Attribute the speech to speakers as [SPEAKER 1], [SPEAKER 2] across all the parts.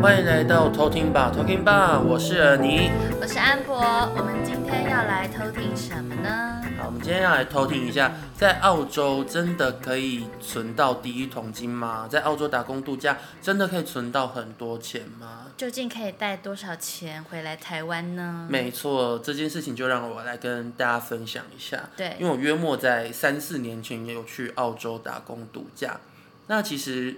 [SPEAKER 1] 欢迎来到偷听吧，偷听吧，我是尔尼。
[SPEAKER 2] 我是安博，我们今天要来偷听什么呢？
[SPEAKER 1] 好，我们今天要来偷听一下，在澳洲真的可以存到第一桶金吗？在澳洲打工度假真的可以存到很多钱吗？
[SPEAKER 2] 究竟可以带多少钱回来台湾呢？
[SPEAKER 1] 没错，这件事情就让我来跟大家分享一下。
[SPEAKER 2] 对
[SPEAKER 1] 因为我约莫在三四年前也有去澳洲打工度假。那其实，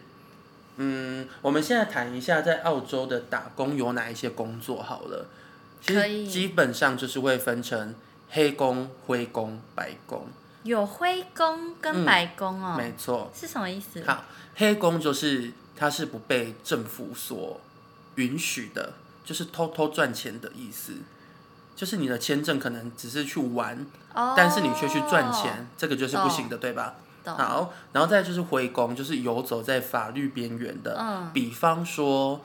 [SPEAKER 1] 嗯，我们现在谈一下在澳洲的打工有哪一些工作好了。其
[SPEAKER 2] 可
[SPEAKER 1] 实
[SPEAKER 2] 以
[SPEAKER 1] 基本上就是会分成黑工、灰工、白工。
[SPEAKER 2] 有灰工跟白工哦，
[SPEAKER 1] 嗯没啊错。
[SPEAKER 2] 是什么意思？
[SPEAKER 1] 好，黑工就是它是不被政府所允许的，就是偷偷赚钱的意思。就是你的签证可能只是去玩，
[SPEAKER 2] 哦，
[SPEAKER 1] 但是你却去赚，钱，啊这个就是不行的，对吧？
[SPEAKER 2] 懂
[SPEAKER 1] 好，然后再就是回工，就是游走在法律边缘的，
[SPEAKER 2] 嗯
[SPEAKER 1] 比方说，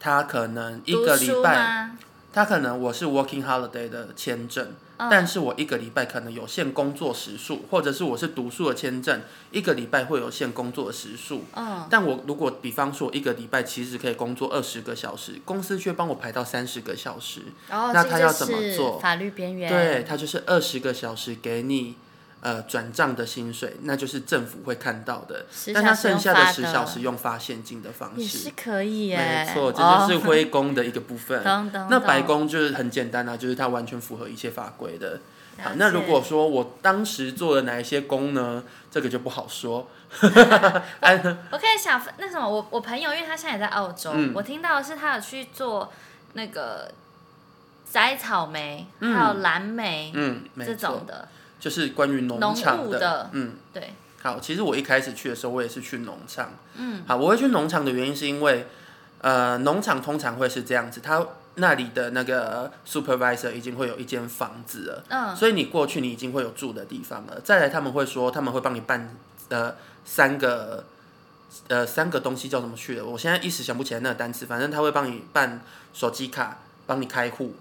[SPEAKER 1] 他可能一
[SPEAKER 2] 读
[SPEAKER 1] 个礼
[SPEAKER 2] 书
[SPEAKER 1] 拜，
[SPEAKER 2] 吗？
[SPEAKER 1] 他可能我是 working holiday 的签证，
[SPEAKER 2] 嗯
[SPEAKER 1] 但是我一个礼拜可能有限工作时数，或者是我是读书的签证，一个礼拜会有限工作的时数。
[SPEAKER 2] 嗯，
[SPEAKER 1] 但我如果比方说一个礼拜其实可以工作二十个小时，公司却帮我排到三十个小时，
[SPEAKER 2] 然后
[SPEAKER 1] 那
[SPEAKER 2] 哦这
[SPEAKER 1] 他
[SPEAKER 2] 就
[SPEAKER 1] 要怎么
[SPEAKER 2] 是
[SPEAKER 1] 做
[SPEAKER 2] 法律边缘，
[SPEAKER 1] 对，他就是二十个小时给你呃转账的薪水，那就是政府会看到的
[SPEAKER 2] 10。
[SPEAKER 1] 但他剩下的
[SPEAKER 2] 小
[SPEAKER 1] 十
[SPEAKER 2] 时用发
[SPEAKER 1] 小
[SPEAKER 2] 的
[SPEAKER 1] 时用发现金的方
[SPEAKER 2] 也
[SPEAKER 1] 式
[SPEAKER 2] 是，可以耶，
[SPEAKER 1] 没错，这
[SPEAKER 2] 哦
[SPEAKER 1] 就是灰工的一个部分。
[SPEAKER 2] 懂懂
[SPEAKER 1] 那
[SPEAKER 2] 懂
[SPEAKER 1] 白工就是很简单啊，就是它完全符合一切法规的。好
[SPEAKER 2] 了，
[SPEAKER 1] 那
[SPEAKER 2] 解
[SPEAKER 1] 如果说我当时做了哪一些工呢？这个就不好 说。 哎安
[SPEAKER 2] 我可以想分那什么，我我朋友，因为他现在也在澳洲，
[SPEAKER 1] 嗯
[SPEAKER 2] 我听到的是他有去做那个摘草莓，还有蓝莓、
[SPEAKER 1] 嗯，没
[SPEAKER 2] 这
[SPEAKER 1] 错
[SPEAKER 2] 种，的，
[SPEAKER 1] 就是关于农
[SPEAKER 2] 农
[SPEAKER 1] 场
[SPEAKER 2] 务
[SPEAKER 1] 的，
[SPEAKER 2] 的
[SPEAKER 1] 嗯。
[SPEAKER 2] 对，
[SPEAKER 1] 好，其实我一开始去的时候，我也是去农场。嗯，好，我会去农场的原因是因为，呃，农场通常会是这样子，它那里的那个 supervisor 已经会有一间房子了，
[SPEAKER 2] 嗯，
[SPEAKER 1] 所以你过去你已经会有住的地方了。再来，他们会说他们会帮你办呃三个。呃，三个东西叫什么去了？我现在一时想不起来那个单词。反正他会帮你办手机卡，帮你开户，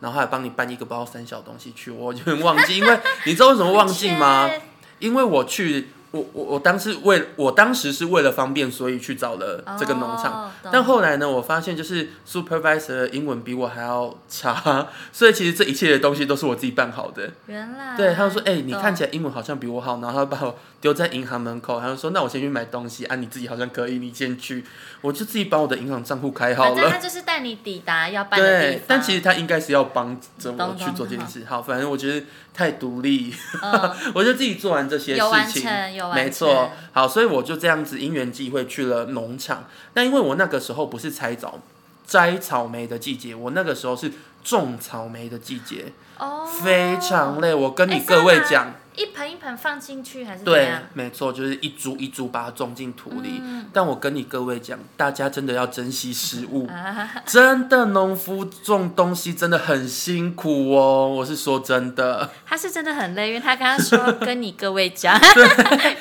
[SPEAKER 1] 然后还帮你办一个不知道三小东西去，我有点忘记。因为你知道为什么忘记 吗？
[SPEAKER 2] 切？
[SPEAKER 1] 因为我去，我我我当时为我当时是为了方便，所以去找了这个农场。
[SPEAKER 2] 哦懂
[SPEAKER 1] 但后来呢，我发现就是 supervisor 的英文比我还要差， 所以其实这一切的东西都是我自己办好
[SPEAKER 2] 嗯
[SPEAKER 1] 的。
[SPEAKER 2] 原来
[SPEAKER 1] 对，他就说：“哎、你看起
[SPEAKER 2] 来
[SPEAKER 1] 来英文好像比我好。”然后他把我丢在银行门口，他就说：“那我先去买东西啊，你自己好像可以，你先去。”我就自己把我的银行账户开好
[SPEAKER 2] 反 正他
[SPEAKER 1] 了。
[SPEAKER 2] 就是带你抵达要办的地
[SPEAKER 1] 对
[SPEAKER 2] 方，，
[SPEAKER 1] 但其实他应该是要帮着我
[SPEAKER 2] 懂
[SPEAKER 1] 去
[SPEAKER 2] 懂
[SPEAKER 1] 做这件
[SPEAKER 2] 懂
[SPEAKER 1] 事。好，反正我觉得太独立，
[SPEAKER 2] 嗯
[SPEAKER 1] 我就自己做完这些事
[SPEAKER 2] 有完
[SPEAKER 1] 情。
[SPEAKER 2] 成，有完成，
[SPEAKER 1] 没错，，好，所以我就这样子因缘际会去了农场。那因为我那个时候不是采草摘草莓的季节，我那个时候是种草莓的季节，
[SPEAKER 2] 哦，
[SPEAKER 1] 非常累。我跟你
[SPEAKER 2] 哎
[SPEAKER 1] 各位
[SPEAKER 2] 真的吗啊
[SPEAKER 1] 讲，
[SPEAKER 2] 一盆一盆放进去还是怎
[SPEAKER 1] 对
[SPEAKER 2] 样？，
[SPEAKER 1] 没错，就是一株一株把它种进土里。
[SPEAKER 2] 嗯
[SPEAKER 1] 但我跟你各位讲，大家真的要珍惜食物，
[SPEAKER 2] 啊
[SPEAKER 1] 真的农夫种东西真的很辛苦哦，我是说真的。
[SPEAKER 2] 他是真的很累，因为他刚刚说跟你各位 讲，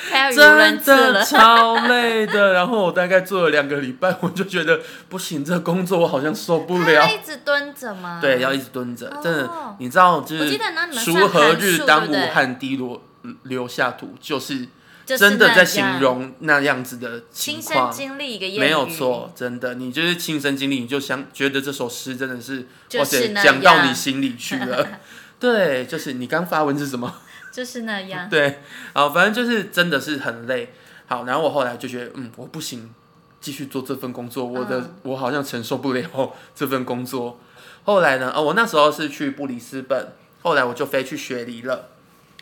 [SPEAKER 2] 他要语无伦
[SPEAKER 1] 真
[SPEAKER 2] 次
[SPEAKER 1] 的
[SPEAKER 2] 了。
[SPEAKER 1] 超累的。 然后我大概做了两个礼拜，我就觉得不行，这工作我好像受不
[SPEAKER 2] 他
[SPEAKER 1] 了。
[SPEAKER 2] 一直蹲着吗？
[SPEAKER 1] 对，要一直蹲着，
[SPEAKER 2] 哦
[SPEAKER 1] 真的，你知道，就
[SPEAKER 2] 我
[SPEAKER 1] 是
[SPEAKER 2] 记得那你们
[SPEAKER 1] 锄
[SPEAKER 2] 算
[SPEAKER 1] 禾
[SPEAKER 2] 寒
[SPEAKER 1] 日
[SPEAKER 2] 暑
[SPEAKER 1] 当
[SPEAKER 2] 对
[SPEAKER 1] 午
[SPEAKER 2] 不对，
[SPEAKER 1] 汗滴落留下土，就是
[SPEAKER 2] 就是
[SPEAKER 1] 真的
[SPEAKER 2] 那
[SPEAKER 1] 在
[SPEAKER 2] 样
[SPEAKER 1] 形容那样子的情
[SPEAKER 2] 亲身
[SPEAKER 1] 况，
[SPEAKER 2] 经历一个谚语，
[SPEAKER 1] 没有错，，真的，你就是亲身经历，你就想觉得这首诗真的是，
[SPEAKER 2] 就是
[SPEAKER 1] 哇塞，
[SPEAKER 2] 那
[SPEAKER 1] 讲到
[SPEAKER 2] 样
[SPEAKER 1] 你心里去了。对，就是你刚发文是什么？
[SPEAKER 2] 就是那样。
[SPEAKER 1] 对，好，反正就是真的是很累。好，然后我后来就觉得，嗯，我不行，继续做这份工作，我的、我好像承受不了这份工作。后来呢，哦，我那时候是去布里斯本，后来我就飞去雪梨了。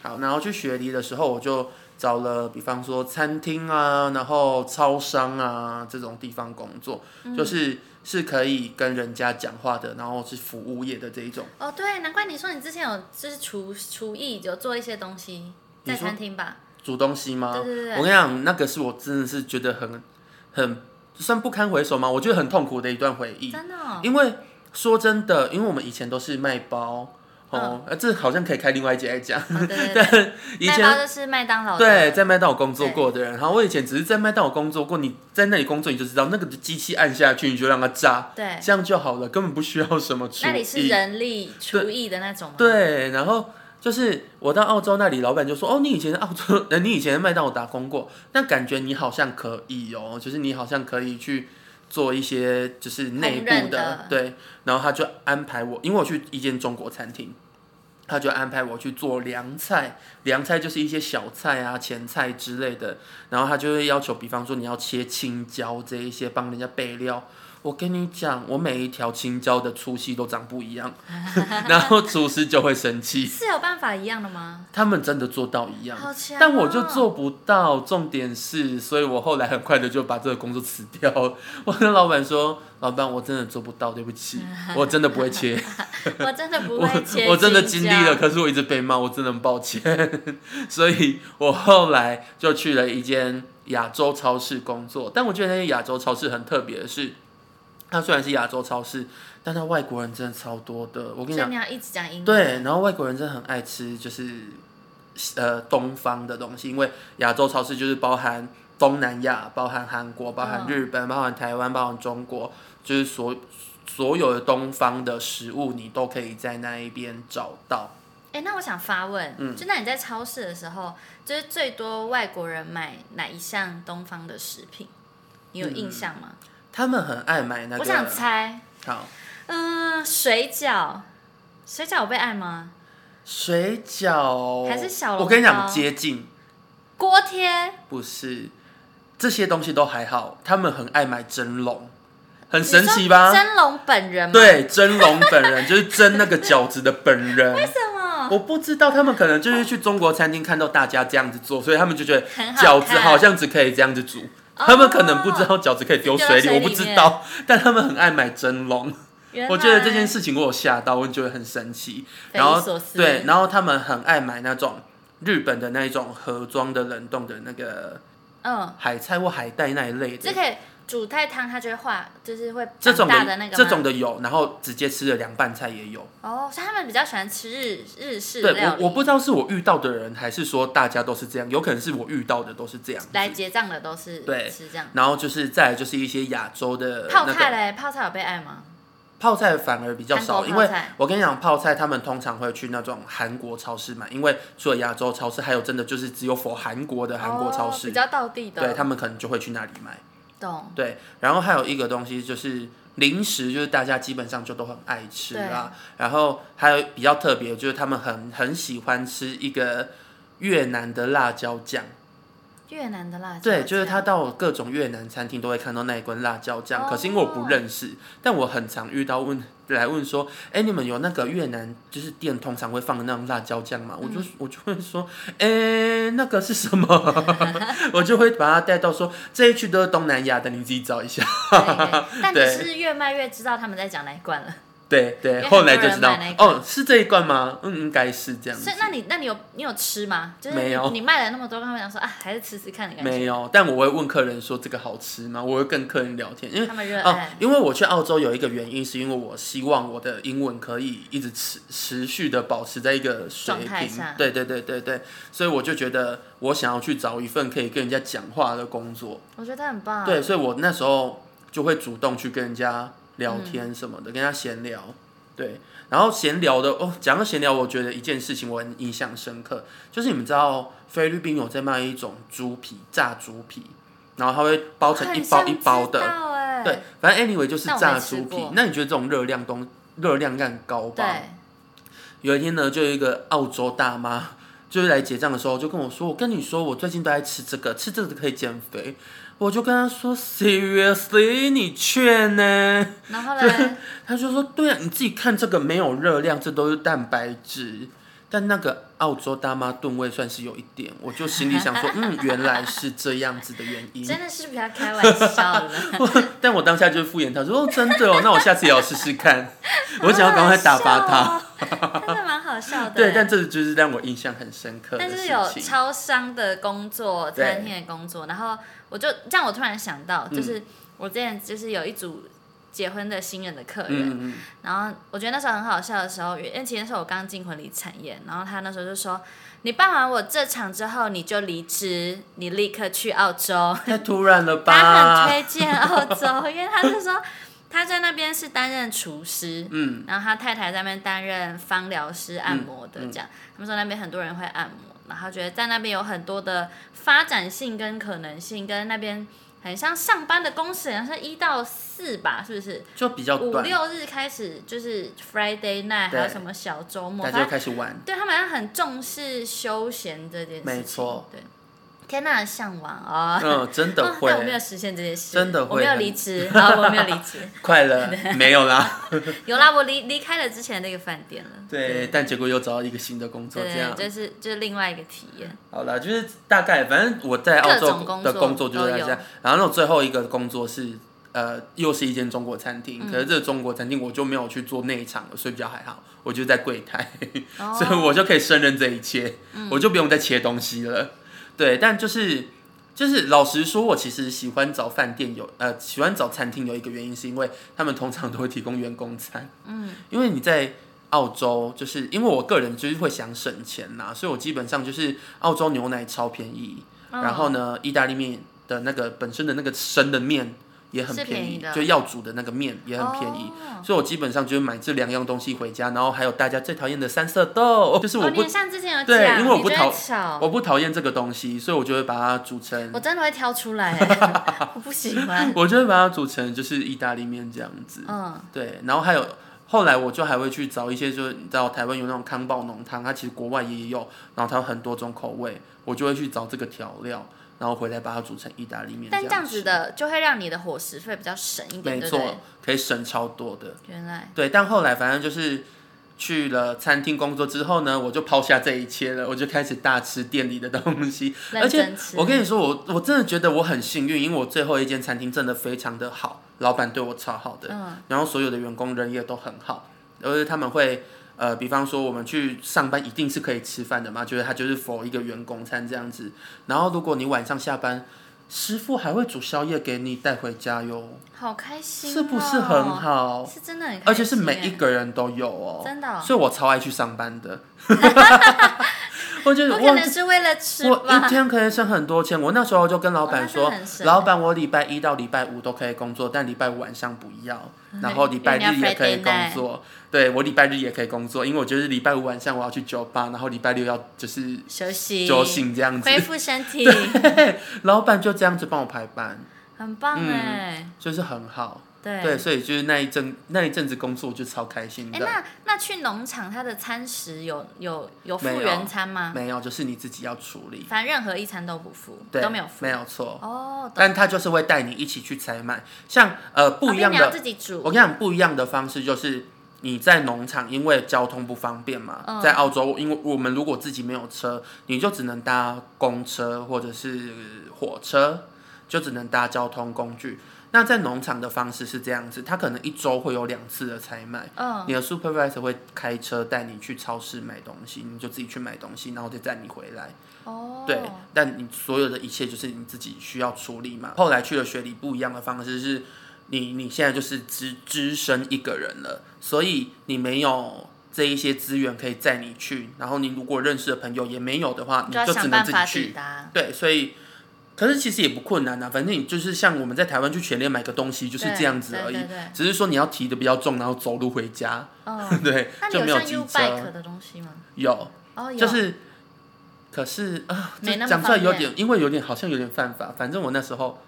[SPEAKER 1] 好，然后去雪梨的时候，我就找了，比方说餐厅啊，然后超商啊这种地方工作，就是是可以跟人家讲话的，然后是服务业的这一种。
[SPEAKER 2] 哦，对，难怪你说你之前有就是厨厨艺，有做一些东西
[SPEAKER 1] 你
[SPEAKER 2] 在
[SPEAKER 1] 说
[SPEAKER 2] 餐厅吧？
[SPEAKER 1] 煮东西吗？
[SPEAKER 2] 对对对对
[SPEAKER 1] 我跟你讲，那个是我真的是觉得很很算不堪回首吗？我觉得很痛苦的一段回忆，
[SPEAKER 2] 真 的哦、
[SPEAKER 1] 因为说真的，因为我们以前都是卖包哦，呃这好像可以开另外一节来讲。
[SPEAKER 2] 哦对对对，
[SPEAKER 1] 以
[SPEAKER 2] 麦
[SPEAKER 1] 前
[SPEAKER 2] 嗯包就是麦当劳的
[SPEAKER 1] 对，在麦当劳工作过的人，然后我以前只是在麦当劳工作过，你在那里工作你就知道，那个机器按下去你就让它炸，
[SPEAKER 2] 对，
[SPEAKER 1] 这样就好了，根本不需要什么厨
[SPEAKER 2] 那里是
[SPEAKER 1] 艺。
[SPEAKER 2] 人力厨艺的那种吗？
[SPEAKER 1] 对，然后就是我到澳洲那里，老板就说：“哦，你以前在澳洲，呃，你以前在麦当劳打工过，那感觉你好像可以哦，就是你好像可以去做一些就是内部
[SPEAKER 2] 烹饪的
[SPEAKER 1] 对，然后他就安排我，因为我去一间中国餐厅，他就安排我去做凉菜，凉菜就是一些小菜啊、前菜之类的，然后他就会要求，比方说你要切青椒这一些，帮人家备料。我跟你讲，我每一条青椒的粗细都长不一样， 然后厨师就会生气。
[SPEAKER 2] 是有办法一样的吗？
[SPEAKER 1] 他们真的做到一样，
[SPEAKER 2] 好强哦
[SPEAKER 1] 但我就做不到。重点是，所以我后来很快的就把这个工作辞掉。我跟老板说：“老板，我真的做不到，对不起，我真的不会切，
[SPEAKER 2] 我真的不
[SPEAKER 1] 我
[SPEAKER 2] 会切
[SPEAKER 1] 我真的
[SPEAKER 2] 青
[SPEAKER 1] 经历
[SPEAKER 2] 椒
[SPEAKER 1] 了，可是我一直被骂，我真的很抱歉。 所以我后来就去了一间亚洲超市工作，但我觉得那间亚洲超市很特别的是，它虽然是亚洲超市，但它外国人真的超多的。我跟你
[SPEAKER 2] 所以
[SPEAKER 1] 讲
[SPEAKER 2] 你。要一直讲英文。
[SPEAKER 1] 对，然后外国人真的很爱吃，就是呃东方的东西，因为亚洲超市就是包含东南亚、包含韩国、包含
[SPEAKER 2] 嗯
[SPEAKER 1] 日本、包含台湾、包含中国，就是所所有的东方的食物，你都可以在那一边找到。
[SPEAKER 2] 哎、那我想发问，
[SPEAKER 1] 嗯
[SPEAKER 2] 就那你在超市的时候，就是最多外国人买哪一项东方的食品？你有印象吗？
[SPEAKER 1] 他们很爱买嗯那个，
[SPEAKER 2] 我想猜，
[SPEAKER 1] 好
[SPEAKER 2] 嗯、水饺，水饺有被爱吗？
[SPEAKER 1] 水饺，
[SPEAKER 2] 还是小
[SPEAKER 1] 我跟你
[SPEAKER 2] 笼
[SPEAKER 1] 讲，
[SPEAKER 2] 包
[SPEAKER 1] 接近
[SPEAKER 2] 锅贴，
[SPEAKER 1] 不是这些东西都还好，他们很爱买蒸笼，很
[SPEAKER 2] 你
[SPEAKER 1] 神
[SPEAKER 2] 说
[SPEAKER 1] 奇吧？
[SPEAKER 2] 蒸笼本人 吗？
[SPEAKER 1] 对，蒸笼本人 就是蒸那个饺子的本人。为什
[SPEAKER 2] 么？
[SPEAKER 1] 我不知道，他们可能就是去中国餐厅看到大家这样子做，所以他们就觉得
[SPEAKER 2] 很好看
[SPEAKER 1] 饺子好像只可以这样子煮。
[SPEAKER 2] 哦
[SPEAKER 1] 他们可能不知道饺子可以丢水
[SPEAKER 2] 丢到水里
[SPEAKER 1] 我不知道， 但他们很爱买蒸笼。
[SPEAKER 2] 原来
[SPEAKER 1] 我觉得这件事情我有吓到，我觉得很神奇。
[SPEAKER 2] 匪夷
[SPEAKER 1] 然后
[SPEAKER 2] 所思
[SPEAKER 1] 对，然后他们很爱买那种日本的那一种盒装的冷冻的那个
[SPEAKER 2] 嗯，
[SPEAKER 1] 海菜或海带那一类的
[SPEAKER 2] 这。可以煮太汤，它就会化，就是会
[SPEAKER 1] 这种
[SPEAKER 2] 长大的那个吗
[SPEAKER 1] 这种的有，然后直接吃的凉拌菜也有。
[SPEAKER 2] 哦，所以他们比较喜欢吃日日式
[SPEAKER 1] 对
[SPEAKER 2] 料
[SPEAKER 1] 我，
[SPEAKER 2] 理。
[SPEAKER 1] 我不知道是我遇到的人，还是说大家都是这样，有可能是我遇到的都是这样子。
[SPEAKER 2] 来结账的都是
[SPEAKER 1] 对
[SPEAKER 2] 吃这样。
[SPEAKER 1] 然后就是再来就是一些亚洲的
[SPEAKER 2] 泡
[SPEAKER 1] 那
[SPEAKER 2] 菜
[SPEAKER 1] 个
[SPEAKER 2] 嘞，泡菜有被爱吗？
[SPEAKER 1] 泡菜反而比较少，
[SPEAKER 2] 韩
[SPEAKER 1] 因
[SPEAKER 2] 国
[SPEAKER 1] 为
[SPEAKER 2] 泡菜
[SPEAKER 1] 我跟你讲，泡菜他们通常会去那种韩国超市买，因为除了亚洲超市，还有真的就是只有否韩国的韩国超
[SPEAKER 2] 哦、
[SPEAKER 1] 市，
[SPEAKER 2] 比较道地的，
[SPEAKER 1] 对他们可能就会去那里买。
[SPEAKER 2] 懂。
[SPEAKER 1] 对，然后还有一个东西就是零食，就是大家基本上就都很爱吃啦。然后还有比较特别，就是他们很很喜欢吃一个越南的辣椒酱。
[SPEAKER 2] 越南的辣椒，
[SPEAKER 1] 对，就是他到各种越南餐厅都会看到那一罐辣椒酱，可是因为我
[SPEAKER 2] 哦
[SPEAKER 1] 不认识，但我很常遇到问来问说，哎、你们有那个越南就是店通常会放的那种辣椒酱吗？我就
[SPEAKER 2] 嗯
[SPEAKER 1] 我就会说，哎、那个是什么？ 我就会把它带到说这一区都是东南亚的，你自己找一下。
[SPEAKER 2] 这样。对对但你
[SPEAKER 1] 对
[SPEAKER 2] 是越卖越知道他们在讲哪一罐了，
[SPEAKER 1] 对
[SPEAKER 2] 因为
[SPEAKER 1] 对，
[SPEAKER 2] 很
[SPEAKER 1] 后来
[SPEAKER 2] 多
[SPEAKER 1] 就
[SPEAKER 2] 人
[SPEAKER 1] 知道
[SPEAKER 2] 买那一，罐
[SPEAKER 1] 哦，是这一罐吗？嗯，应该是这样子
[SPEAKER 2] 所以。那你那你有你有吃吗？就是
[SPEAKER 1] 没有
[SPEAKER 2] 你卖了那么多，跟他们讲说啊，还是吃吃看的感觉。
[SPEAKER 1] 没有，但我会问客人说这个好吃吗？我会跟客人聊天，因为
[SPEAKER 2] 他们热
[SPEAKER 1] 哦
[SPEAKER 2] 爱，
[SPEAKER 1] 因为我去澳洲有一个原因，是因为我希望我的英文可以一直持持续的保持在一个水
[SPEAKER 2] 状态
[SPEAKER 1] 平
[SPEAKER 2] 下。
[SPEAKER 1] 对对对对对，所以我就觉得我想要去找一份可以跟人家讲话的工作。
[SPEAKER 2] 我觉得很棒。
[SPEAKER 1] 对，所以我那时候就会主动去跟人家聊天什么的，跟他闲聊。对，然后闲聊的哦，讲到闲聊，我觉得一件事情我很印象深刻，就是你们知道菲律宾有在卖一种猪皮炸猪皮，然后它会包成一包一包的，
[SPEAKER 2] 的
[SPEAKER 1] 对，反正 anyway 就是
[SPEAKER 2] 哎那我没
[SPEAKER 1] 炸
[SPEAKER 2] 吃
[SPEAKER 1] 猪皮
[SPEAKER 2] 过。
[SPEAKER 1] 那你觉得这种热量东热量应该很高吧？
[SPEAKER 2] 对，
[SPEAKER 1] 有一天呢，就有一个澳洲大妈， 就是来结账的时候就跟我说：“我跟你说，我最近都在吃这个，吃这个可以减肥。”我就跟她说：“Seriously，你劝呢
[SPEAKER 2] 然后嘞，？”
[SPEAKER 1] 她就说：“对啊，你自己看这个没有热量，这都是蛋白质。”但那个澳洲大妈吨位算是有一点，我就心里想说：“嗯，原来是这样子的原因。
[SPEAKER 2] 真的是不要开玩笑了。
[SPEAKER 1] 我”但我当下就敷衍她说：“哦，真的哦，那我下次也要试试 看。” 我想要赶快打发她。
[SPEAKER 2] 哦她，真的蛮好笑的。
[SPEAKER 1] 对，但这就是让我印象很深刻的
[SPEAKER 2] 但
[SPEAKER 1] 事
[SPEAKER 2] 是
[SPEAKER 1] 情。
[SPEAKER 2] 有超商的工作、
[SPEAKER 1] 对嗯
[SPEAKER 2] 餐厅的工作，然后我就这样，我突然想到，就是、我之前就是有一组结婚的新人的客人，
[SPEAKER 1] 嗯嗯
[SPEAKER 2] 然后我觉得那时候很好笑的时候，因为其实那时候我刚进婚礼产业，然后他那时候就说：“你办完我这场之后，你就离职，你立刻去澳洲。”
[SPEAKER 1] 太突然了
[SPEAKER 2] 他很
[SPEAKER 1] 吧？
[SPEAKER 2] 推荐澳洲，因为他就说他在那边是担任厨师，嗯，然后他太太在那边担任芳疗师、按摩的这样。他们说那边很多人会按摩，然后觉得在那边有很多的发展性跟可能性，跟那边很像上班的工时，好像一到四吧，是不是？
[SPEAKER 1] 就比较
[SPEAKER 2] 五
[SPEAKER 1] 短，
[SPEAKER 2] 六日开始就是 Friday night，还有
[SPEAKER 1] 对
[SPEAKER 2] 什么小周末，
[SPEAKER 1] 大
[SPEAKER 2] 反
[SPEAKER 1] 家就
[SPEAKER 2] 正
[SPEAKER 1] 开始玩。
[SPEAKER 2] 对他们好像很重视休闲这件事情。
[SPEAKER 1] 没错，
[SPEAKER 2] 对。天呐，向往啊！
[SPEAKER 1] 嗯，真的
[SPEAKER 2] 哦
[SPEAKER 1] 会、
[SPEAKER 2] 但 我没有实现这件事，
[SPEAKER 1] 真的
[SPEAKER 2] 我
[SPEAKER 1] 会
[SPEAKER 2] 没有
[SPEAKER 1] 很
[SPEAKER 2] 离职，啊，我没有离职，
[SPEAKER 1] 快 乐没有啦。
[SPEAKER 2] 有啦，我离离开了之前那个饭店了。
[SPEAKER 1] 对，但结果又找到一个新的工作，这
[SPEAKER 2] 对，
[SPEAKER 1] 样
[SPEAKER 2] 就是就是另外一个体验。
[SPEAKER 1] 好啦，就是大概，反正我在澳
[SPEAKER 2] 各种工
[SPEAKER 1] 洲的
[SPEAKER 2] 作
[SPEAKER 1] 工作就是
[SPEAKER 2] 都
[SPEAKER 1] 在
[SPEAKER 2] 有
[SPEAKER 1] 这样。然后那我最后一个工作是，呃，又是一间中国餐厅，
[SPEAKER 2] 嗯
[SPEAKER 1] 可是这个中国餐厅我就没有去做内场了，所以比较还好，我就在柜台，
[SPEAKER 2] 哦
[SPEAKER 1] 所以我就可以胜任这一切，我就不用再切东西了。对，但就是就是老实说，我其实喜欢找饭店有呃喜欢找餐厅有一个原因，是因为他们通常都会提供员工餐。嗯，因为你在澳洲，就是因为我个人就是会想省钱呐、所以我基本上就是澳洲牛奶超便宜，
[SPEAKER 2] 嗯
[SPEAKER 1] 然后呢，意大利面的那个本身的那个生的面。也很
[SPEAKER 2] 是
[SPEAKER 1] 便
[SPEAKER 2] 便
[SPEAKER 1] 宜
[SPEAKER 2] 宜，的哦
[SPEAKER 1] 就要煮的那个面
[SPEAKER 2] 嗯
[SPEAKER 1] 也很便宜，所以我基本上就是买这两样东西回家，然后还有大家最讨厌的三色豆， 就是我
[SPEAKER 2] 哦，
[SPEAKER 1] 不、
[SPEAKER 2] 你像之前有
[SPEAKER 1] 对
[SPEAKER 2] 讲，
[SPEAKER 1] 因为我
[SPEAKER 2] 你
[SPEAKER 1] 不
[SPEAKER 2] 就
[SPEAKER 1] 讨
[SPEAKER 2] 会吵，
[SPEAKER 1] 我不讨厌这个东西，所以我就会把它煮成
[SPEAKER 2] 我真的会挑 出来，欸我不喜欢。
[SPEAKER 1] 我就会把它煮成就是意大利面这样子。
[SPEAKER 2] 嗯，
[SPEAKER 1] 对，然后还有后来我就还会去找一些，就是你知道台湾有那种康宝浓汤，它其实国外也有，然后它有很多种口味，我就会去找这个调料，然后回来把它煮成意大利面。
[SPEAKER 2] 但
[SPEAKER 1] 这
[SPEAKER 2] 这样
[SPEAKER 1] 吃
[SPEAKER 2] 子，的就会让你的伙食费比较省一点，
[SPEAKER 1] 没
[SPEAKER 2] 对不对
[SPEAKER 1] 错？，可以省超多的。
[SPEAKER 2] 原来
[SPEAKER 1] 对，但后来反正就是去了餐厅工作之后呢，我就抛下这一切了，我就开始大吃店里的东西。而
[SPEAKER 2] 认
[SPEAKER 1] 且
[SPEAKER 2] 真吃
[SPEAKER 1] 我跟你说，我我真的觉得我很幸运，因为我最后一间餐厅真的非常的好，老板对我超好的，
[SPEAKER 2] 嗯
[SPEAKER 1] 然后所有的员工人也都很好，而且他们会。呃，比方说我们去上班一定是可以吃饭的嘛，就是他就是否一个员工餐这样子。然后如果你晚上下班，师傅还会煮宵夜给你带回家哟，
[SPEAKER 2] 好开心哦，
[SPEAKER 1] 是不是很好？
[SPEAKER 2] 是真的很开心欸，
[SPEAKER 1] 而且是每一个人都有哦，
[SPEAKER 2] 真的哦
[SPEAKER 1] 所以我超爱去上班 的。我就
[SPEAKER 2] 不
[SPEAKER 1] 我
[SPEAKER 2] 可能是为了吃
[SPEAKER 1] 我一
[SPEAKER 2] 吧？
[SPEAKER 1] 天可以省很多钱。我那时候就跟老板
[SPEAKER 2] 哦
[SPEAKER 1] 说
[SPEAKER 2] 那真的很，省
[SPEAKER 1] 老板，我礼拜一到礼拜五都可以工作，但礼拜五晚上不 要，然后礼拜日也可以工作。对我礼拜日也可以工作，因为我就是礼拜五晚上我要去酒吧，然后礼拜六要就是
[SPEAKER 2] 休息，
[SPEAKER 1] 酒醒这样子。
[SPEAKER 2] 恢复身体，
[SPEAKER 1] 老板就这样子帮我排班，
[SPEAKER 2] 很棒
[SPEAKER 1] 嗯
[SPEAKER 2] 哎，
[SPEAKER 1] 就是很好。
[SPEAKER 2] 对。
[SPEAKER 1] 对，所以就是那一阵那一阵子工作我就超开心
[SPEAKER 2] 哎，
[SPEAKER 1] 的。
[SPEAKER 2] 那那去农场，它的餐食有有有付
[SPEAKER 1] 没有
[SPEAKER 2] 原餐吗？
[SPEAKER 1] 没有，就是你自己要处理。
[SPEAKER 2] 反正任何一餐都不付，
[SPEAKER 1] 对，
[SPEAKER 2] 都没有付。
[SPEAKER 1] 没有错。
[SPEAKER 2] 哦，懂
[SPEAKER 1] 但他就是会带你一起去采买，像呃不一样
[SPEAKER 2] 哦所以你要
[SPEAKER 1] 的，
[SPEAKER 2] 自己煮
[SPEAKER 1] 我跟你讲不一样的方式就是你在农场，因为交通不方便嘛，
[SPEAKER 2] 嗯
[SPEAKER 1] 在澳洲，因为我们如果自己没有车，你就只能搭公车或者是火车，就只能搭交通工具。那在农场的方式是这样子，他可能一周会有两次的采买，
[SPEAKER 2] 嗯，
[SPEAKER 1] 你的 supervisor 会开车带你去超市买东西，你就自己去买东西，然后再载你回来。
[SPEAKER 2] 哦，
[SPEAKER 1] 对，但你所有的一切就是你自己需要处理嘛。后来去了学理不一样的方式是你，你现在就是只只身一个人了，所以你没有这一些资源可以载你去，然后你如果认识的朋友也没有的话，你
[SPEAKER 2] 就要
[SPEAKER 1] 只
[SPEAKER 2] 想
[SPEAKER 1] 能
[SPEAKER 2] 办
[SPEAKER 1] 自
[SPEAKER 2] 法
[SPEAKER 1] 己
[SPEAKER 2] 抵
[SPEAKER 1] 去。
[SPEAKER 2] 达。
[SPEAKER 1] 对，所以。可是其实也不困难啊，反正你就是像我们在台湾去全联买个东西就是
[SPEAKER 2] 对
[SPEAKER 1] 这样子而已
[SPEAKER 2] 对对对，
[SPEAKER 1] 只是说你要提的比较重，然后走路回家，
[SPEAKER 2] 哦，
[SPEAKER 1] 对
[SPEAKER 2] 那，你
[SPEAKER 1] 就
[SPEAKER 2] 有
[SPEAKER 1] 没有
[SPEAKER 2] 像
[SPEAKER 1] 机
[SPEAKER 2] U
[SPEAKER 1] 车
[SPEAKER 2] Bike。的东西吗？
[SPEAKER 1] 有，
[SPEAKER 2] 哦，有，
[SPEAKER 1] 就是，可是啊，这
[SPEAKER 2] 没那么
[SPEAKER 1] 讲出来有
[SPEAKER 2] 方便
[SPEAKER 1] 点，因为有点好像有点犯法。反正我那时候，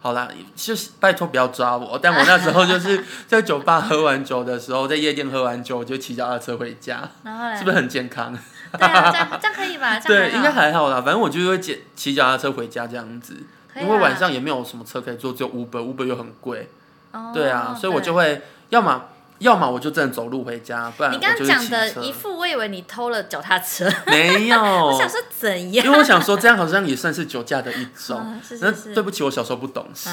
[SPEAKER 1] 好啦，就是拜托不要抓我。但我那时候就是 在酒吧喝完酒的时候，在夜店喝完酒，我就骑脚踏车回家，
[SPEAKER 2] 然后
[SPEAKER 1] 是
[SPEAKER 2] 嘞，
[SPEAKER 1] 不是 很健康？
[SPEAKER 2] 对啊，这样这样可以吧？这样
[SPEAKER 1] 对，
[SPEAKER 2] 还好
[SPEAKER 1] 应该还好啦。反正我就会骑骑脚踏车回家这样子，
[SPEAKER 2] 可以啊
[SPEAKER 1] 因为
[SPEAKER 2] 啦
[SPEAKER 1] 晚上也没有什么车可以坐，只有 Uber，Uber 又很贵。
[SPEAKER 2] 哦
[SPEAKER 1] 对啊，所以我就会要么要么我就真的走路回家，不然
[SPEAKER 2] 你
[SPEAKER 1] 我
[SPEAKER 2] 刚
[SPEAKER 1] 就
[SPEAKER 2] 刚
[SPEAKER 1] 是
[SPEAKER 2] 讲
[SPEAKER 1] 骑
[SPEAKER 2] 的一
[SPEAKER 1] 车。哦
[SPEAKER 2] 副，我以为你偷了脚踏车，
[SPEAKER 1] 没有，
[SPEAKER 2] 我想说怎样？
[SPEAKER 1] 因为我想说，这样好像也算是酒驾的一种
[SPEAKER 2] 啊。是是
[SPEAKER 1] 那
[SPEAKER 2] 是
[SPEAKER 1] 对不起，我小时候不懂事。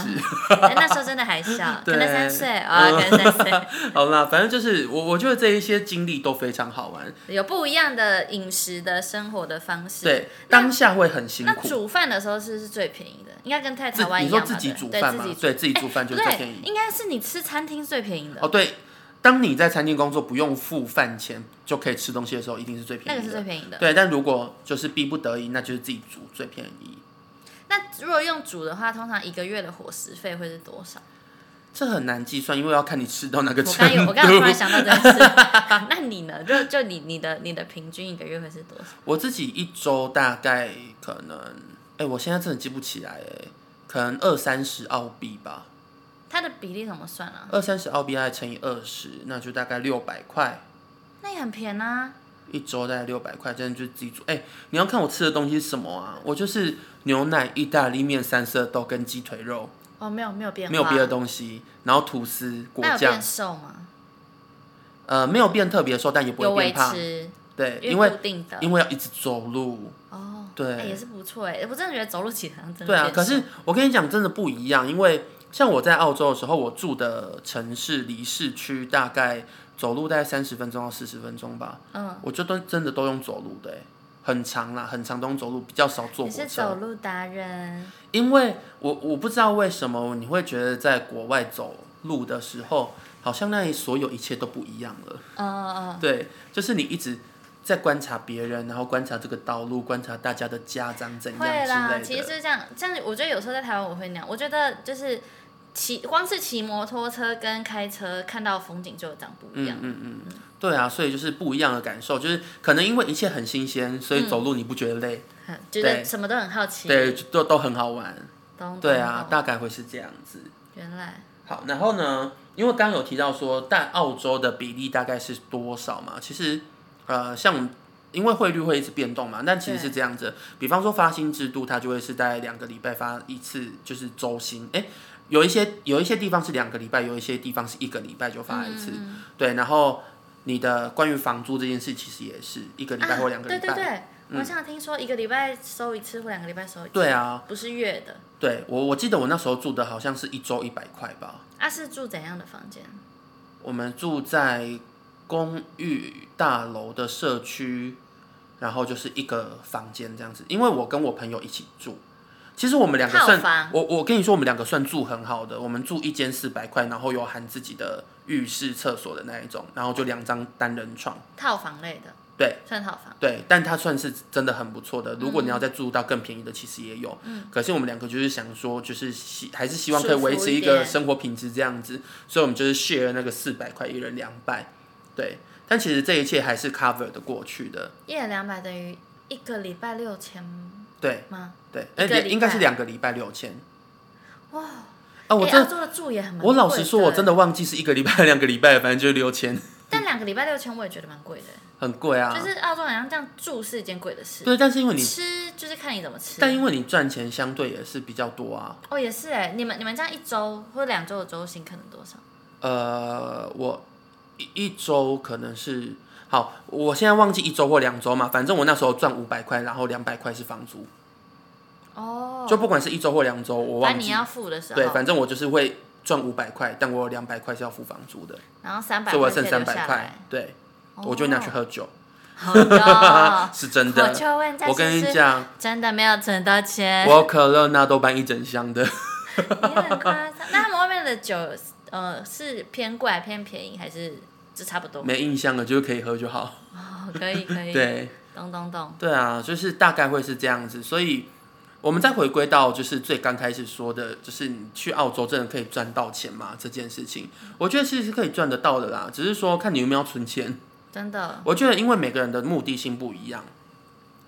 [SPEAKER 2] 哎那时候真的还小，可
[SPEAKER 1] 对嗯
[SPEAKER 2] 能三岁啊，可能三岁，
[SPEAKER 1] 好啦，反正就是我，我觉得这一些经历都非常好玩。
[SPEAKER 2] 有不一样的饮食的生活的方式。
[SPEAKER 1] 对，当下会很辛
[SPEAKER 2] 那
[SPEAKER 1] 苦。
[SPEAKER 2] 煮饭的时候是是最便宜的，应该跟在
[SPEAKER 1] 自
[SPEAKER 2] 台湾
[SPEAKER 1] 你
[SPEAKER 2] 一
[SPEAKER 1] 说
[SPEAKER 2] 样
[SPEAKER 1] 自
[SPEAKER 2] 吧？
[SPEAKER 1] 己
[SPEAKER 2] 对
[SPEAKER 1] 煮
[SPEAKER 2] 对
[SPEAKER 1] 饭
[SPEAKER 2] 自
[SPEAKER 1] 嘛
[SPEAKER 2] 己，
[SPEAKER 1] 对自己煮 饭
[SPEAKER 2] 不
[SPEAKER 1] 就是最便
[SPEAKER 2] 对，
[SPEAKER 1] 宜。
[SPEAKER 2] 应该是你吃餐厅最便宜的，
[SPEAKER 1] 哦，对，当你在餐厅工作不用付饭钱就可以吃东西的时候，一定是最
[SPEAKER 2] 那
[SPEAKER 1] 便
[SPEAKER 2] 个
[SPEAKER 1] 宜
[SPEAKER 2] 是
[SPEAKER 1] 的
[SPEAKER 2] 最。便宜的。
[SPEAKER 1] 对，但如果就是逼不得已，那就是自己煮最便宜。
[SPEAKER 2] 那如果用煮的话，通常一个月的伙食费会是多少？
[SPEAKER 1] 这很难计算，因为要看你吃到那个
[SPEAKER 2] 我
[SPEAKER 1] 程
[SPEAKER 2] 刚有，
[SPEAKER 1] 度
[SPEAKER 2] 我。刚有突然想到这件事。那你呢？就就你你的你的平均一个月会是多少？
[SPEAKER 1] 我自己一周大概可能，哎、我现在真的记不起来哎、可能二三十澳币吧，
[SPEAKER 2] 它的比例怎么算啊？
[SPEAKER 1] 二三十澳币再乘以二十，那就大概六百块。
[SPEAKER 2] 那也很便宜啊。
[SPEAKER 1] 一周大概六百块，真的就自己煮。哎、你要看我吃的东西是什么啊？我就是牛奶、意大利面、三色豆跟鸡腿肉，
[SPEAKER 2] 哦，没有没有变化，
[SPEAKER 1] 没有别的东西。然后吐司、果
[SPEAKER 2] 那有
[SPEAKER 1] 酱
[SPEAKER 2] 变，瘦吗？
[SPEAKER 1] 呃，没有变特别瘦，但也不
[SPEAKER 2] 有
[SPEAKER 1] 会变
[SPEAKER 2] 维
[SPEAKER 1] 胖。
[SPEAKER 2] 持，
[SPEAKER 1] 对，因
[SPEAKER 2] 因
[SPEAKER 1] 为
[SPEAKER 2] 固定的
[SPEAKER 1] 因为要一直走路。
[SPEAKER 2] 哦，
[SPEAKER 1] 对
[SPEAKER 2] 哎也是不错哎，我真的觉得走路起来好像真的
[SPEAKER 1] 对啊，
[SPEAKER 2] 变
[SPEAKER 1] 可
[SPEAKER 2] 瘦
[SPEAKER 1] 是我跟你讲，真的不一样，因为像我在澳洲的时候，我住的城市离市区大概走路大概三十分钟到四十分钟吧，
[SPEAKER 2] 嗯，
[SPEAKER 1] 我就都真的都用走路的、欸，很长啦，很长都用走路，比较少坐
[SPEAKER 2] 你
[SPEAKER 1] 火
[SPEAKER 2] 是
[SPEAKER 1] 车
[SPEAKER 2] 走。路达人，
[SPEAKER 1] 因为我我不知道为什么你会觉得在国外走路的时候，好像那里所有一切都不一样了。
[SPEAKER 2] 嗯嗯
[SPEAKER 1] 对，就是你一直在观察别人，然后观察这个道路，观察大家的家长怎
[SPEAKER 2] 嗯，
[SPEAKER 1] 样
[SPEAKER 2] 会啦，
[SPEAKER 1] 之
[SPEAKER 2] 其
[SPEAKER 1] 类的。
[SPEAKER 2] 实就是这样，这样我觉得有时候在台湾我会那样，我觉得就是骑光是骑摩托车跟开车看到风景就有长不一样，
[SPEAKER 1] 嗯嗯嗯，对啊，所以就是不一样的感受，就是可能因为一切很新鲜，所以走路你不觉得累，
[SPEAKER 2] 嗯觉得
[SPEAKER 1] 对
[SPEAKER 2] 什么都很好奇，
[SPEAKER 1] 对，就都都很好玩。
[SPEAKER 2] 懂，
[SPEAKER 1] 对啊，
[SPEAKER 2] 懂，
[SPEAKER 1] 大概会是这样子。
[SPEAKER 2] 懂原来
[SPEAKER 1] 好，然后呢，因为刚刚有提到说，但澳洲的比例大概是多少嘛？其实，呃，像我们因为汇率会一直变动嘛，但其实是
[SPEAKER 2] 对
[SPEAKER 1] 这样子，比方说发薪制度，它就会是在两个礼拜发一次，就是周薪。哎、有一些有一些地方是两个礼拜，有一些地方是一个礼拜就发一次。
[SPEAKER 2] 嗯
[SPEAKER 1] 对，然后你的关于房租这件事，其实也是一个礼拜或两个礼拜。
[SPEAKER 2] 啊，对对对。
[SPEAKER 1] 嗯
[SPEAKER 2] 我想听说一个礼拜收一次或两个礼拜收一次，
[SPEAKER 1] 对啊，
[SPEAKER 2] 不是月的，
[SPEAKER 1] 对我我记得我那时候住的好像是一周一百块吧。
[SPEAKER 2] 啊是住怎样的房间？
[SPEAKER 1] 我们住在公寓大楼的社区，然后就是一个房间这样子。因为我跟我朋友一起住，其实我们两个
[SPEAKER 2] 套
[SPEAKER 1] 算
[SPEAKER 2] 房
[SPEAKER 1] 我我跟你说，我们两个算住很好的。我们住一间四百块，然后有含自己的浴室、厕所的那一种，然后就两张单人床。
[SPEAKER 2] 套房类的，
[SPEAKER 1] 对，
[SPEAKER 2] 算套房。
[SPEAKER 1] 对，但它算是真的很不错
[SPEAKER 2] 嗯
[SPEAKER 1] 的。如果你要再住到更便宜的，其实也有。可是我们两个就是想说，就是希还是希望可以维持一
[SPEAKER 2] 舒服一
[SPEAKER 1] 个
[SPEAKER 2] 点
[SPEAKER 1] 生活品质这样
[SPEAKER 2] 嗯
[SPEAKER 1] 子，所以我们就是 share 那个四百块，一人两百。对，但其实这一切还是 cover 的过去的。
[SPEAKER 2] 一人两百等于一个礼拜六千
[SPEAKER 1] 对
[SPEAKER 2] 吗？
[SPEAKER 1] 对，哎、
[SPEAKER 2] 一个礼拜
[SPEAKER 1] 应该是两个礼拜六千。
[SPEAKER 2] 哇！
[SPEAKER 1] 啊，我
[SPEAKER 2] 诶
[SPEAKER 1] 真
[SPEAKER 2] 澳洲的住也很蛮
[SPEAKER 1] 我老实说，我真
[SPEAKER 2] 的，
[SPEAKER 1] 的忘记是一个礼拜、两个礼拜，反正就是六千，
[SPEAKER 2] 但两个礼拜六千我也觉得蛮贵的，
[SPEAKER 1] 很贵啊。
[SPEAKER 2] 就是澳洲好像这样住是一件贵的事，
[SPEAKER 1] 对，但是因为你，
[SPEAKER 2] 吃就是看你怎么吃。
[SPEAKER 1] 但因为你赚钱相对也是比较多啊。
[SPEAKER 2] 哦，也是哎，你们你们这样一周或两周的周薪可能多少？
[SPEAKER 1] 呃，我一一周可能是好，我现在忘记一周或两周嘛，反正我那时候赚五百块，然后两百块是房租，
[SPEAKER 2] 哦，
[SPEAKER 1] 就不管是一周或两周，我忘
[SPEAKER 2] 反正你
[SPEAKER 1] 记。
[SPEAKER 2] 要付的时
[SPEAKER 1] 对，
[SPEAKER 2] 候，
[SPEAKER 1] 反正我就是会赚五百块，但我有两百块是要付房租的，
[SPEAKER 2] 然后三百
[SPEAKER 1] 所以我
[SPEAKER 2] 块
[SPEAKER 1] 剩
[SPEAKER 2] 可以
[SPEAKER 1] 三
[SPEAKER 2] 留
[SPEAKER 1] 百
[SPEAKER 2] 下
[SPEAKER 1] 块
[SPEAKER 2] 来，，哦
[SPEAKER 1] 对，我就拿去喝酒，。
[SPEAKER 2] 好的
[SPEAKER 1] 是 真
[SPEAKER 2] 我
[SPEAKER 1] 的。
[SPEAKER 2] 就问在
[SPEAKER 1] 我跟
[SPEAKER 2] 是
[SPEAKER 1] 你
[SPEAKER 2] 不是
[SPEAKER 1] 讲，
[SPEAKER 2] 真的没有存到钱，
[SPEAKER 1] 我可乐那都搬一整箱的，
[SPEAKER 2] 也很夸张。那他们外面的酒，呃，是偏贵还偏便宜，还是就差不多？
[SPEAKER 1] 没印象了，就是可以喝就好。
[SPEAKER 2] 哦，可 以可以，
[SPEAKER 1] 对，
[SPEAKER 2] 懂懂懂。
[SPEAKER 1] 对啊，就是大概会是这样子，所以我们再回归到就是最刚开始说的，就是你去澳洲真的可以赚到钱吗？这件事情，我觉得其实是可以赚得到的啦，只是说看你有没有存钱。
[SPEAKER 2] 真的，
[SPEAKER 1] 我觉得因为每个人的目的性不一样，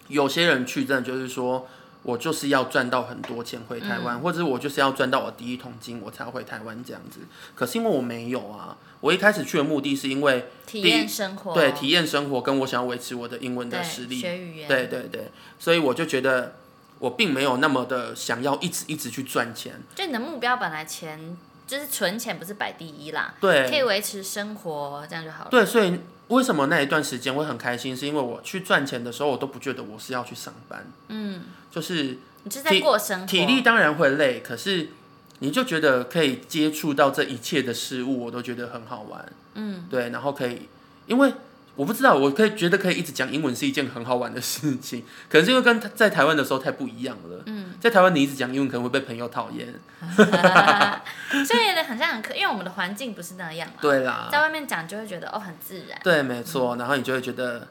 [SPEAKER 1] 有些人去真的就是说。我就是要赚到很多钱回台湾，或者是我就是要赚到我第一桶金，我才要回台湾这样子。可是因为我没有啊，我一开始去的目的是因为
[SPEAKER 2] 体验生活，
[SPEAKER 1] 对体验生活，跟我想要维持我的英文的
[SPEAKER 2] 对
[SPEAKER 1] 实力，
[SPEAKER 2] 学语言，
[SPEAKER 1] 对对对，所以我就觉得我并没有那么的想要一直一直去赚钱。
[SPEAKER 2] 就你的目标本来钱就是存钱不是摆第一啦，可
[SPEAKER 1] 对
[SPEAKER 2] 以维持生活，这样就好了。
[SPEAKER 1] 对，所以为什么那一段时间会很开心，是因为我去赚钱的时候，我都不觉得我是要去上班，
[SPEAKER 2] 嗯，
[SPEAKER 1] 就是
[SPEAKER 2] 你就是在过生活，
[SPEAKER 1] 体 力当然会累，可是你就觉得可以接触到这一切的事物，我都觉得很好玩。
[SPEAKER 2] 嗯，
[SPEAKER 1] 对，然后可以，因为我不知道，我可以觉得可以一直讲英文是一件很好玩的事情，可能是因为跟在台湾的时候太不一样了。嗯，在台湾你一直讲英文可能会被朋友讨厌。
[SPEAKER 2] 所以很像很可，因为我们的环境不是那样嘛，
[SPEAKER 1] 对啊啦，
[SPEAKER 2] 在外面讲就会觉得哦很自然，
[SPEAKER 1] 对，没错。然后你就会觉得，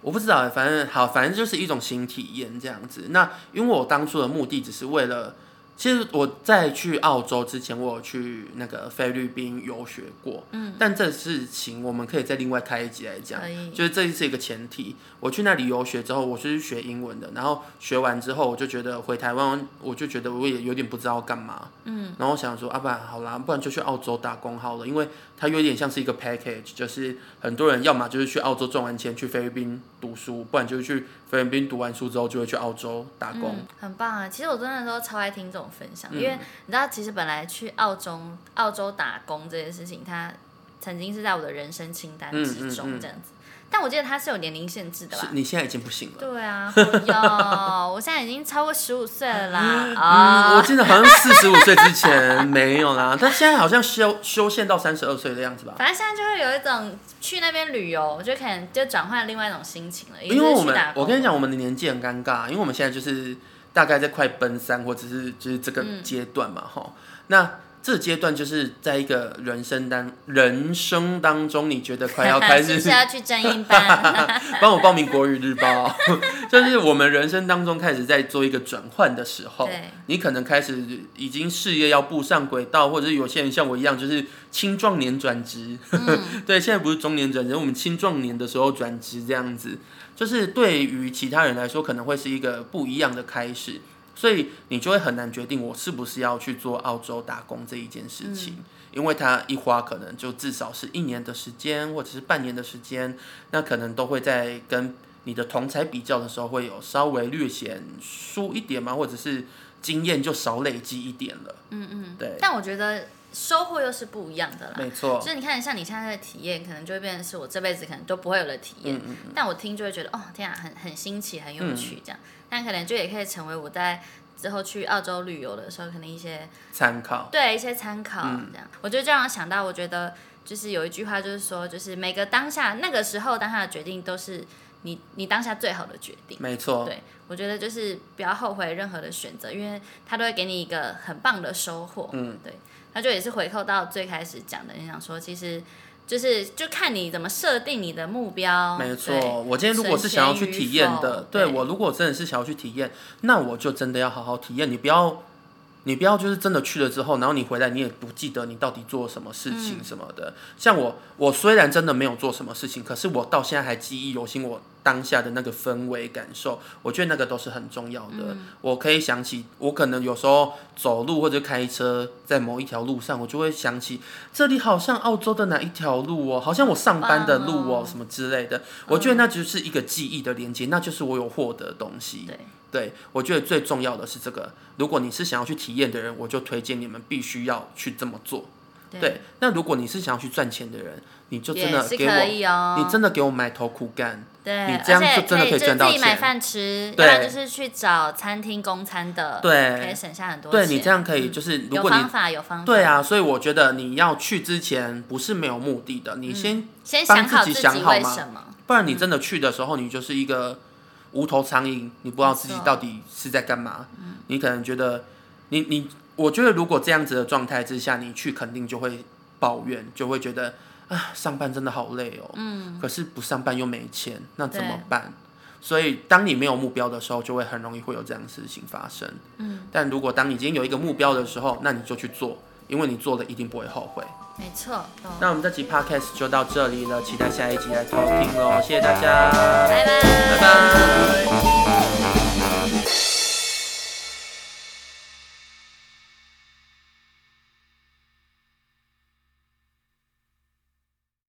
[SPEAKER 1] 我不知道欸，反正好，反正就是一种新体验这样子。那因为我当初的目的只是为了其实我在去澳洲之前，我有去那个菲律宾游学过，嗯，但这事情我们可以再另外开一集来讲
[SPEAKER 2] 可以，
[SPEAKER 1] 就是这是一个前提。我去那里游学之后，我是学英文的，然后学完之后，我就觉得回台湾，我就觉得我也有点不知道干嘛，嗯，然后我想说，啊，不然好啦，不然就去澳洲打工好了，因为它有点像是一个 package，就是很多人要么就是去澳洲赚完钱去菲律宾读书，不然就是去菲律宾读完书之后就会去澳洲打工，
[SPEAKER 2] 嗯，很棒啊！其实我真的都超爱听这种分享，
[SPEAKER 1] 嗯
[SPEAKER 2] 因为你知道，其实本来去澳洲澳洲打工这件事情，它曾经是在我的人生清单之
[SPEAKER 1] 嗯嗯
[SPEAKER 2] 中
[SPEAKER 1] 嗯
[SPEAKER 2] 这样子，但我记得它是有年龄限制的
[SPEAKER 1] 是
[SPEAKER 2] 吧？
[SPEAKER 1] 你现在已经不行了。
[SPEAKER 2] 对啊，有， 我现在已经超过十五岁了啦啊！
[SPEAKER 1] 嗯，我记得好像四十五岁之前没有啦，但现在好像修修宪到三十二岁的样子吧。
[SPEAKER 2] 反正现在就会有一种去那边旅游，就可能就转换另外一种心情了。
[SPEAKER 1] 因为我
[SPEAKER 2] 一直去
[SPEAKER 1] 们
[SPEAKER 2] 打，工
[SPEAKER 1] 我跟你讲，我们的年纪很尴尬，因为我们现在就是大概在快奔三，或者是就是这个
[SPEAKER 2] 嗯
[SPEAKER 1] 阶段嘛，哈、那这个阶段就是在一个人生当人生当中，你觉得快要开
[SPEAKER 2] 是
[SPEAKER 1] 始
[SPEAKER 2] 不是要去 正音班？
[SPEAKER 1] 帮我报名国语日报， 就是我们人生当中开始在做一个转换的时候
[SPEAKER 2] 对，
[SPEAKER 1] 你可能开始已经事业要步上轨道，或者是有些人像我一样，就是青壮年转职。 对，现在不是中年转职，我们青壮年的时候转职这样子，就是对于其他人来说，可能会是一个不一样的开始。所以你就会很难决定我是不是要去做澳洲打工这一件事情，因为它一花可能就至少是一年的时间，或者是半年的时间，那可能都会在跟你的同才比较的时候，会有稍微略显输一点嘛，或者是经验就少累积一点了。嗯嗯，对，
[SPEAKER 2] 但我觉得收获又是不一样的啦。
[SPEAKER 1] 没错，
[SPEAKER 2] 就是你看，像你现在的体验，可能就会变成是我这辈子可能都不会有的体验。但我听就会觉得，哦，天啊，很很新奇，很有趣这样。但可能就也可以成为我在之后去澳洲旅游的时候，可能一些
[SPEAKER 1] 参考。
[SPEAKER 2] 对一些参考这样。我就这样想到，我觉得就是有一句话就是说，就是每个当下那个时候当下的决定都是你你当下最好的决定。
[SPEAKER 1] 没错，
[SPEAKER 2] 对，我觉得就是不要后悔任何的选择，因为它都会给你一个很棒的收获。嗯，对，那就也是回扣到最开始讲的，你想说其实就是就看你怎么设定你的目标。
[SPEAKER 1] 没
[SPEAKER 2] 对
[SPEAKER 1] 错。我今天如果是想要去体验
[SPEAKER 2] 省钱与
[SPEAKER 1] 的
[SPEAKER 2] 否，
[SPEAKER 1] 对
[SPEAKER 2] 对
[SPEAKER 1] 我如果真的是想要去体验，那我就真的要好好体验。你不要，你不要就是真的去了之后，然后你回来你也不记得你到底做了什么事
[SPEAKER 2] 嗯
[SPEAKER 1] 情什么的。像我，我虽然真的没有做什么事情，可是我到现在还记忆犹新，我当下的那个氛围感受，我觉得那个都是很重要的。
[SPEAKER 2] 嗯
[SPEAKER 1] 我可以想起，我可能有时候走路或者开车，在某一条路上，我就会想起这里好像澳洲的哪一条路哦，好像我上班的路
[SPEAKER 2] 棒
[SPEAKER 1] 哦
[SPEAKER 2] 哦，
[SPEAKER 1] 什么之类的。我觉得那就是一个记忆的连接，那就是我有获得的东西。
[SPEAKER 2] 对
[SPEAKER 1] 对，我觉得最重要的是这个。如果你是想要去体验的人，我就推荐你们必须要去这么做。
[SPEAKER 2] 对
[SPEAKER 1] 对，那如果你是想要去赚钱的人，你就真
[SPEAKER 2] 也
[SPEAKER 1] 的
[SPEAKER 2] 是
[SPEAKER 1] 给
[SPEAKER 2] 可
[SPEAKER 1] 我，
[SPEAKER 2] 以哦。
[SPEAKER 1] 你真的给我埋头苦干。
[SPEAKER 2] 对，
[SPEAKER 1] 你这样
[SPEAKER 2] 而且
[SPEAKER 1] 就真的
[SPEAKER 2] 可
[SPEAKER 1] 可以赚到
[SPEAKER 2] 自己买
[SPEAKER 1] 钱
[SPEAKER 2] 饭吃，要
[SPEAKER 1] 对
[SPEAKER 2] 不然就是去找餐厅供餐的，
[SPEAKER 1] 对
[SPEAKER 2] 可以省下很多
[SPEAKER 1] 对
[SPEAKER 2] 钱。嗯
[SPEAKER 1] 你这样可以，就是如
[SPEAKER 2] 有
[SPEAKER 1] 果你
[SPEAKER 2] 方法有方法，
[SPEAKER 1] 对，啊，所以我觉得你要去之前不是没有目的的，你先，
[SPEAKER 2] 先
[SPEAKER 1] 帮
[SPEAKER 2] 想
[SPEAKER 1] 自
[SPEAKER 2] 好
[SPEAKER 1] 己
[SPEAKER 2] 自
[SPEAKER 1] 想
[SPEAKER 2] 己
[SPEAKER 1] 好
[SPEAKER 2] 为
[SPEAKER 1] 嘛
[SPEAKER 2] 什么。
[SPEAKER 1] 不然你真的去的时候，你就是一个无头苍蝇，你不知道自己
[SPEAKER 2] 没错嗯
[SPEAKER 1] 到底是在干嘛。你可能觉得，你你，我觉得如果这样子的状态之下，你去肯定就会抱怨，就会觉得啊，上班真的好累哦。嗯。可是不上班又没钱，那怎么
[SPEAKER 2] 对
[SPEAKER 1] 办？所以，当你没有目标的时候，就会很容易会有这样的事情发生。嗯，但如果当你已经有一个目标的时候，那你就去做，因为你做了一定不会后悔。
[SPEAKER 2] 没错，懂
[SPEAKER 1] 那我们这集 podcast 就到这里了，期待下一集来偷听喽，谢谢大家，
[SPEAKER 2] 拜拜，
[SPEAKER 1] 拜拜。